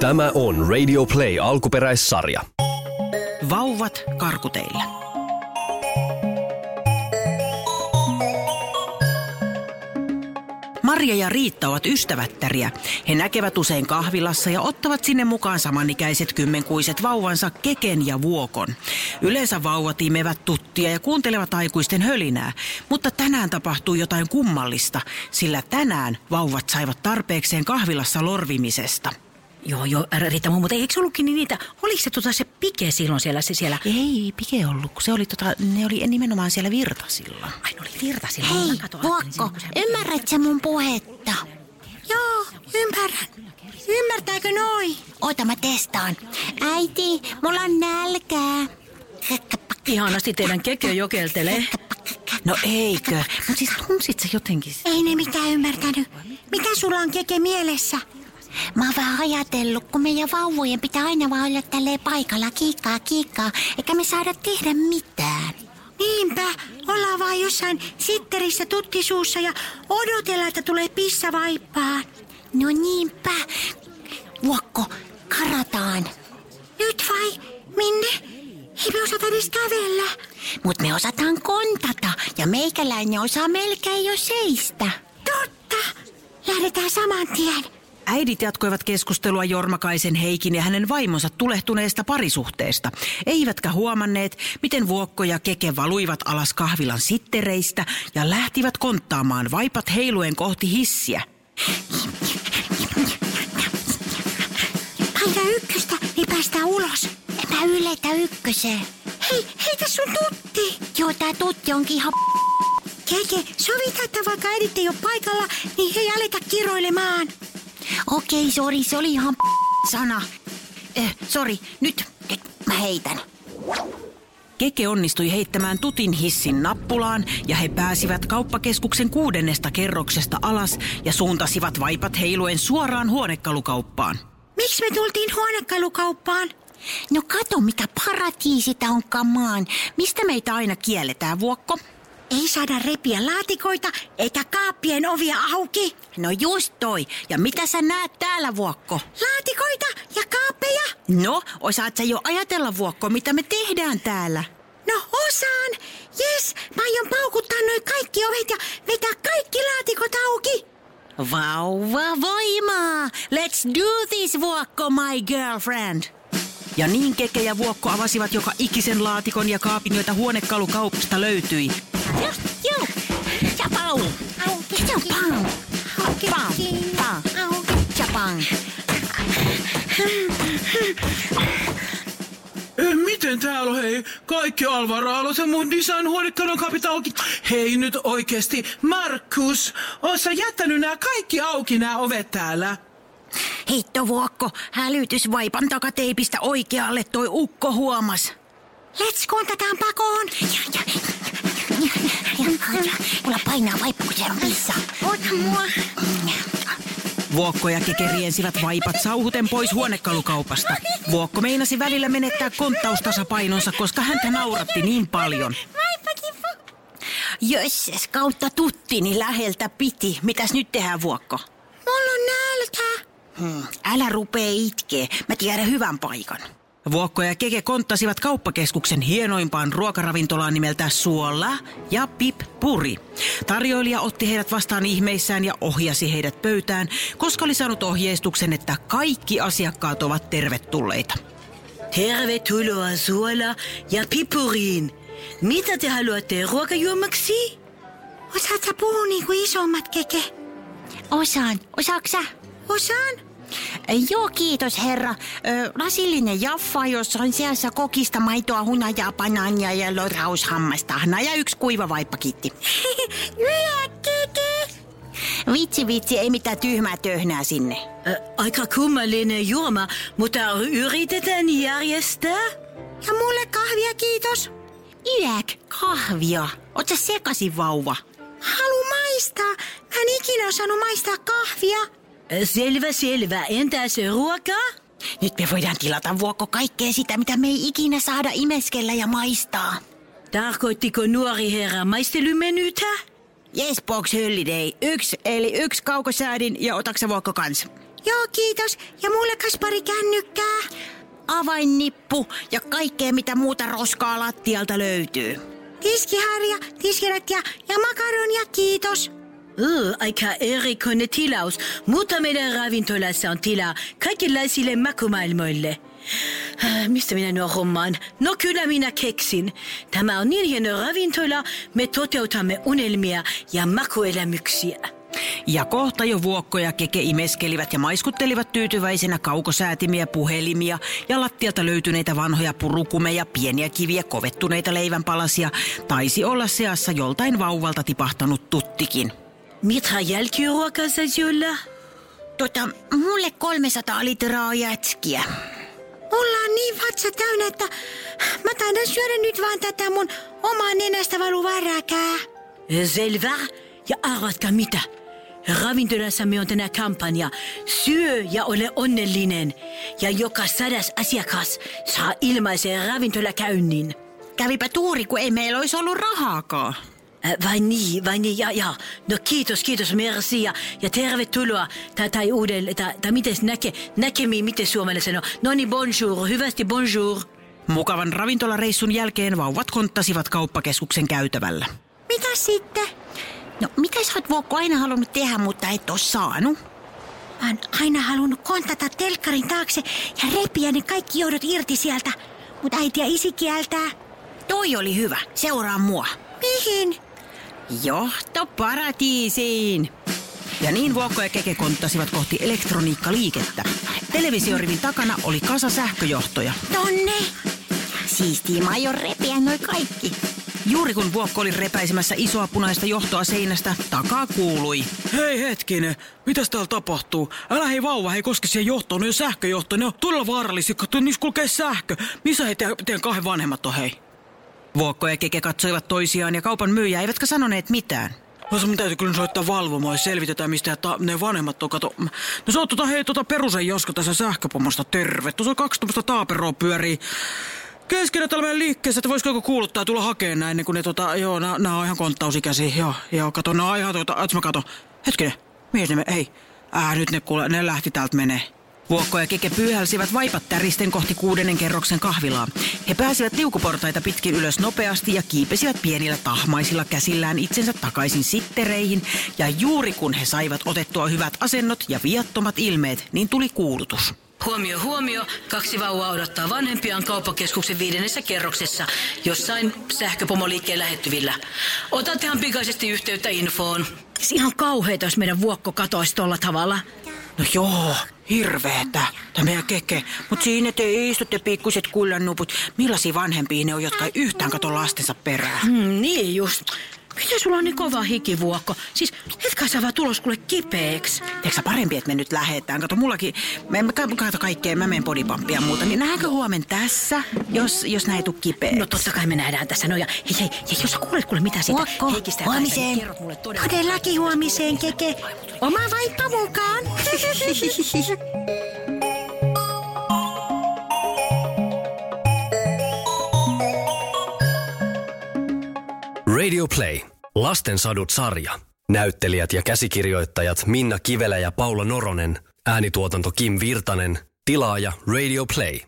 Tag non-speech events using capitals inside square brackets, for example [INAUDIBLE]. Tämä on Radio Play alkuperäissarja. Vauvat karkuteillä. Marja ja Riitta ovat ystävättäriä. He näkevät usein kahvilassa ja ottavat sinne mukaan samanikäiset kymmenkuiset vauvansa Keken ja Vuokon. Yleensä vauvat imevät tuttia ja kuuntelevat aikuisten hölinää, mutta tänään tapahtuu jotain kummallista, sillä tänään vauvat saivat tarpeekseen kahvilassa lorvimisesta. Joo, joo, älä Riitta muu, mutta eikö se ollutkin niin niitä, oliko se tota se pike silloin siellä, se siellä, Ei, pike ollut, kun se oli tota, ne oli nimenomaan siellä virtasilla. ai ne oli virta silloin. mä Hei, katsoin äsken, Vuokko, niin se- ymmärrät sä mun puhetta? Joo, ymmärrän. Ymmärtääkö noi? Oota mä testaan. Äiti, mulla on nälkää. Ihanasti teidän kekö jokeltelee. No eikö? Mutta siis tunsit sä jotenkin s- Ei ne mitään ymmärtänyt. Mitä sulla on keke mielessä? Mä oon vähän ajatellut, kun meidän vauvojen pitää aina vaan olla tälleen paikalla kiikkaa kiikkaa, eikä me saada tehdä mitään. Niinpä, ollaan vaan jossain sitterissä tuttisuussa ja odotellaan, että tulee pissa vaippaan. No niinpä. Vuokko, karataan. Nyt vai? Minne? Ei me osata edes kävellä. Mut me osataan kontata ja meikäläinen osaa melkein jo seistä. Totta. Lähdetään saman tien. Äidit jatkoivat keskustelua Jormakaisen Heikin ja hänen vaimonsa tulehtuneesta parisuhteesta. Eivätkä huomanneet, miten Vuokko ja Keke valuivat alas kahvilan sittereistä ja lähtivät konttaamaan vaipat heiluen kohti hissiä. Paina ykköstä, niin päästään ulos. En mä yletä ykköseen. Hei, heitä sun tutti. Joo, tää tutti onkin ihan Keke, sovitaan, että vaikka äidit ei ole paikalla, niin hei aleta kiroilemaan. Okei, sori, se oli ihan sana. Eh, sori, nyt. Nyt mä heitän. Keke onnistui heittämään tutin hissin nappulaan ja he pääsivät kauppakeskuksen kuudennesta kerroksesta alas ja suuntasivat vaipat heiluen suoraan huonekalukauppaan. Miksi me tultiin huonekalukauppaan? No kato, mikä paratiisita on kamaan. Mistä meitä aina kielletään, Vuokko? Ei saada repiä laatikoita eikä kaappien ovia auki. No just toi. Ja mitä sä näet täällä, Vuokko? Laatikoita ja kaappeja? No, osaat sä jo ajatella, Vuokko, mitä me tehdään täällä? No osaan. Jes, mä aion paukuttaa noin kaikki ovet ja vetää kaikki laatikot auki. Vauva voimaa! Let's do this, Vuokko, my girlfriend! Ja niin Keke ja Vuokko avasivat joka ikisen laatikon ja kaapin, joita huonekalukaupasta löytyi. Joo, joo. Ja pau! Auki, ja pam. Auki, Pam, pam. Auki, ja pam. Ei, Eh, Miten täällä on, hei? Kaikki Alvaro Alosen mun Nissan huonekalun kapit auki. Hei nyt oikeesti, Markus, oot sä jättänyt nää kaikki auki nää ovet täällä? Hitto, Vuokko, hälytysvaipan takateipistä oikealle toi ukko huomas. Let's kontataan pakoon. Mulla painaa vaippa, kun siellä on pissa. Ota mua. Vuokko ja Keke riensivät vaipat sauhuten pois huonekalukaupasta. Vuokko meinasi välillä menettää konttaustasapainonsa, koska häntä nauratti niin paljon. Jösses, kautta tutti, niin läheltä piti. Mitäs nyt tehdään, Vuokko? Mulla on nälkä. Hmm, älä rupee itkee. Mä tiedän hyvän paikan. Vuokko ja Keke konttasivat kauppakeskuksen hienoimpaan ruokaravintolaan nimeltä Suola ja Pip Puri. Tarjoilija otti heidät vastaan ihmeissään ja ohjasi heidät pöytään, koska oli saanut ohjeistuksen, että kaikki asiakkaat ovat tervetulleita. Tervetuloa suola ja pipuriin. Mitä te haluatte ruokajuomaksi? Osaat sä puhua niin kuin isommat, Keke? Osaan. Osaatko sä? Osaan. Joo, kiitos herra. Ö, lasillinen jaffa, jossa on seassa kokista, maitoa, hunajaa, banaania ja lorhaushammastahnaa ja yksi kuiva vaippakitti. [LAUGHS] Hyvä, Keke. Vitsi vitsi, ei mitään tyhmää töhnää sinne. Äh, aika kummallinen juoma, mutta yritetään järjestää? Ja mulle kahvia, kiitos. Yäk, kahvia. Oot sä sekasin vauva? Halu maistaa. Mä en ikinä osannut maistaa kahvia. Äh, Selvä, selvä. Entäs ruoka? Nyt me voidaan tilata vuokko kaikkea sitä, mitä me ei ikinä saada imeskellä ja maistaa. Tarkoittiko nuori herra maistelymenytä? Yes, box holiday. Yksi, eli yksi kaukosäädin ja otaksa vuokko kans. Joo, kiitos. Ja mulle kas pari kännykkää. Avainnippu ja kaikkea mitä muuta roskaa lattialta löytyy. Tiskiharja, tiskirat ja, ja makaronia, kiitos. Öö, aika erikoinen tilaus, mutta meidän ravintolassa on tilaa kaikenlaisille makumaailmoille. Äh, Mistä minä nuo hommaan? No kyllä minä keksin. Tämä on niin hieno ravintola, me toteutamme unelmia ja makuelämyksiä. Ja kohta jo vuokko ja keke imeskelivät ja maiskuttelivat tyytyväisenä kaukosäätimiä, puhelimia ja lattialta löytyneitä vanhoja purukumeja, pieniä kiviä, kovettuneita leivänpalasia. Taisi olla seassa joltain vauvalta tipahtanut tuttikin. Mitä jälkiruokaa saisi olla? Tota, mulle 300 litraa jätskiä. Ollaan niin vatsa täynnä, että mä taidan syödä nyt vaan tätä mun omaa nenästä valuvaa räkää. Selvä. Ja arvatkaa mitä? Ravintolassamme on tänä kampanja. Syö ja ole onnellinen. Ja joka sadas asiakas saa ilmaisen ravintolakäynnin. Kävipä tuuri, kun ei meillä olisi ollut rahaakaan. Äh, Vai niin, vai niin, ja, ja. No kiitos, kiitos, merci ja, ja tervetuloa. Tai, tai uudelle, tai, tai miten näke, näkemiin, miten suomalainen sanoo. No niin, bonjour, hyvästi bonjour. Mukavan ravintolareissun jälkeen vauvat konttasivat kauppakeskuksen käytävällä. Mitä sitten? No, mitä sä oot Vuokko aina halunnut tehdä, mutta et oo saanut? Mä oon aina halunnut kontata telkkarin taakse ja repiä ne kaikki joudot irti sieltä. Mut äiti ja isi kieltää. Toi oli hyvä, seuraa mua. Mihin? Johtoparatiisiin! Ja niin Vuokko ja Keke konttasivat kohti elektroniikkaliikettä. Televisiorivin takana oli kasa sähköjohtoja. Tonne! Siistii, mä aion repiä noi kaikki. Juuri kun Vuokko oli repäisemässä isoa punaista johtoa seinästä, takaa kuului. Hei hetkinen, mitäs täällä tapahtuu? Älä hei vauva, hei koske siihen johtoon, ne on sähköjohto, ne on todella vaarallisia, katso niissä kulkee sähkö. Missä he te- teidän kahden vanhemmat on hei? Vuokko ja Keke katsoivat toisiaan ja kaupan myyjä eivätkä sanoneet mitään. No se mun täytyy kyllä soittaa valvomaan ja selvitetään, mistä he ta- ne vanhemmat on. Kato. No se on tota, hei, tota perusen Jaska tässä sähköpomosta. Terve. Tuossa on kaksi tuommoista taaperoa pyörii. Keskellä täällä meidän liikkeessä, että voisiko joku kuuluttaa ja tulla hakemaan näin, niin kun ne tota, joo, nää, nää on ihan konttausikäisiä. Joo, joo, kato, nää on ihan tuota, ets mä kato. Hetkinen, mihin ne me, hei. Äh, nyt ne kuule, ne lähti täältä menee. Vuokko ja Keke pyyhälsivät vaipat täristen kohti kuudennen kerroksen kahvilaa. He pääsivät liukuportaita pitkin ylös nopeasti ja kiipesivät pienillä tahmaisilla käsillään itsensä takaisin sittereihin. Ja juuri kun he saivat otettua hyvät asennot ja viattomat ilmeet, niin tuli kuulutus. Huomio, huomio. Kaksi vauvaa odottaa vanhempiaan kauppakeskuksen viidennessä kerroksessa, jossain sähköpomoliikkeen lähettyvillä. Otattehan pikaisesti yhteyttä infoon. Se Siis ihan kauheeta, jos meidän vuokko katoisi tolla tavalla. No joo, hirveetä. Tämä meidän keke. Mut siinä te istutte pikkuset kullanuput. Millaisia vanhempia ne on, jotka ei yhtään kato lastensa perään? Mm, niin just. Mitä sulla on niin kova hikivuokko? Siis etkä sä vaan tulos kuule kipeäksi. Eikö sä parempi, että me nyt lähetään? Kato, mullakin, mä en mä kato kaikkea, mä menen podipampia ja muuta. Niin nähdäänkö huomen tässä, jos, jos näin ei tule kipeä? No totta kai me nähdään tässä. No ja hei, hei, hei jos sä kuulet kuule mitä siitä Vuokko, Heikistä ja Kaisa, niin huomiseen. kerrot mulle todella. Todellakin huomiseen, keke. Oma vaippa mukaan. Radio Play. Lastensadut sarja. Näyttelijät ja käsikirjoittajat Minna Kivelä ja Paula Noronen. Äänituotanto Kim Virtanen. Tilaaja Radio Play.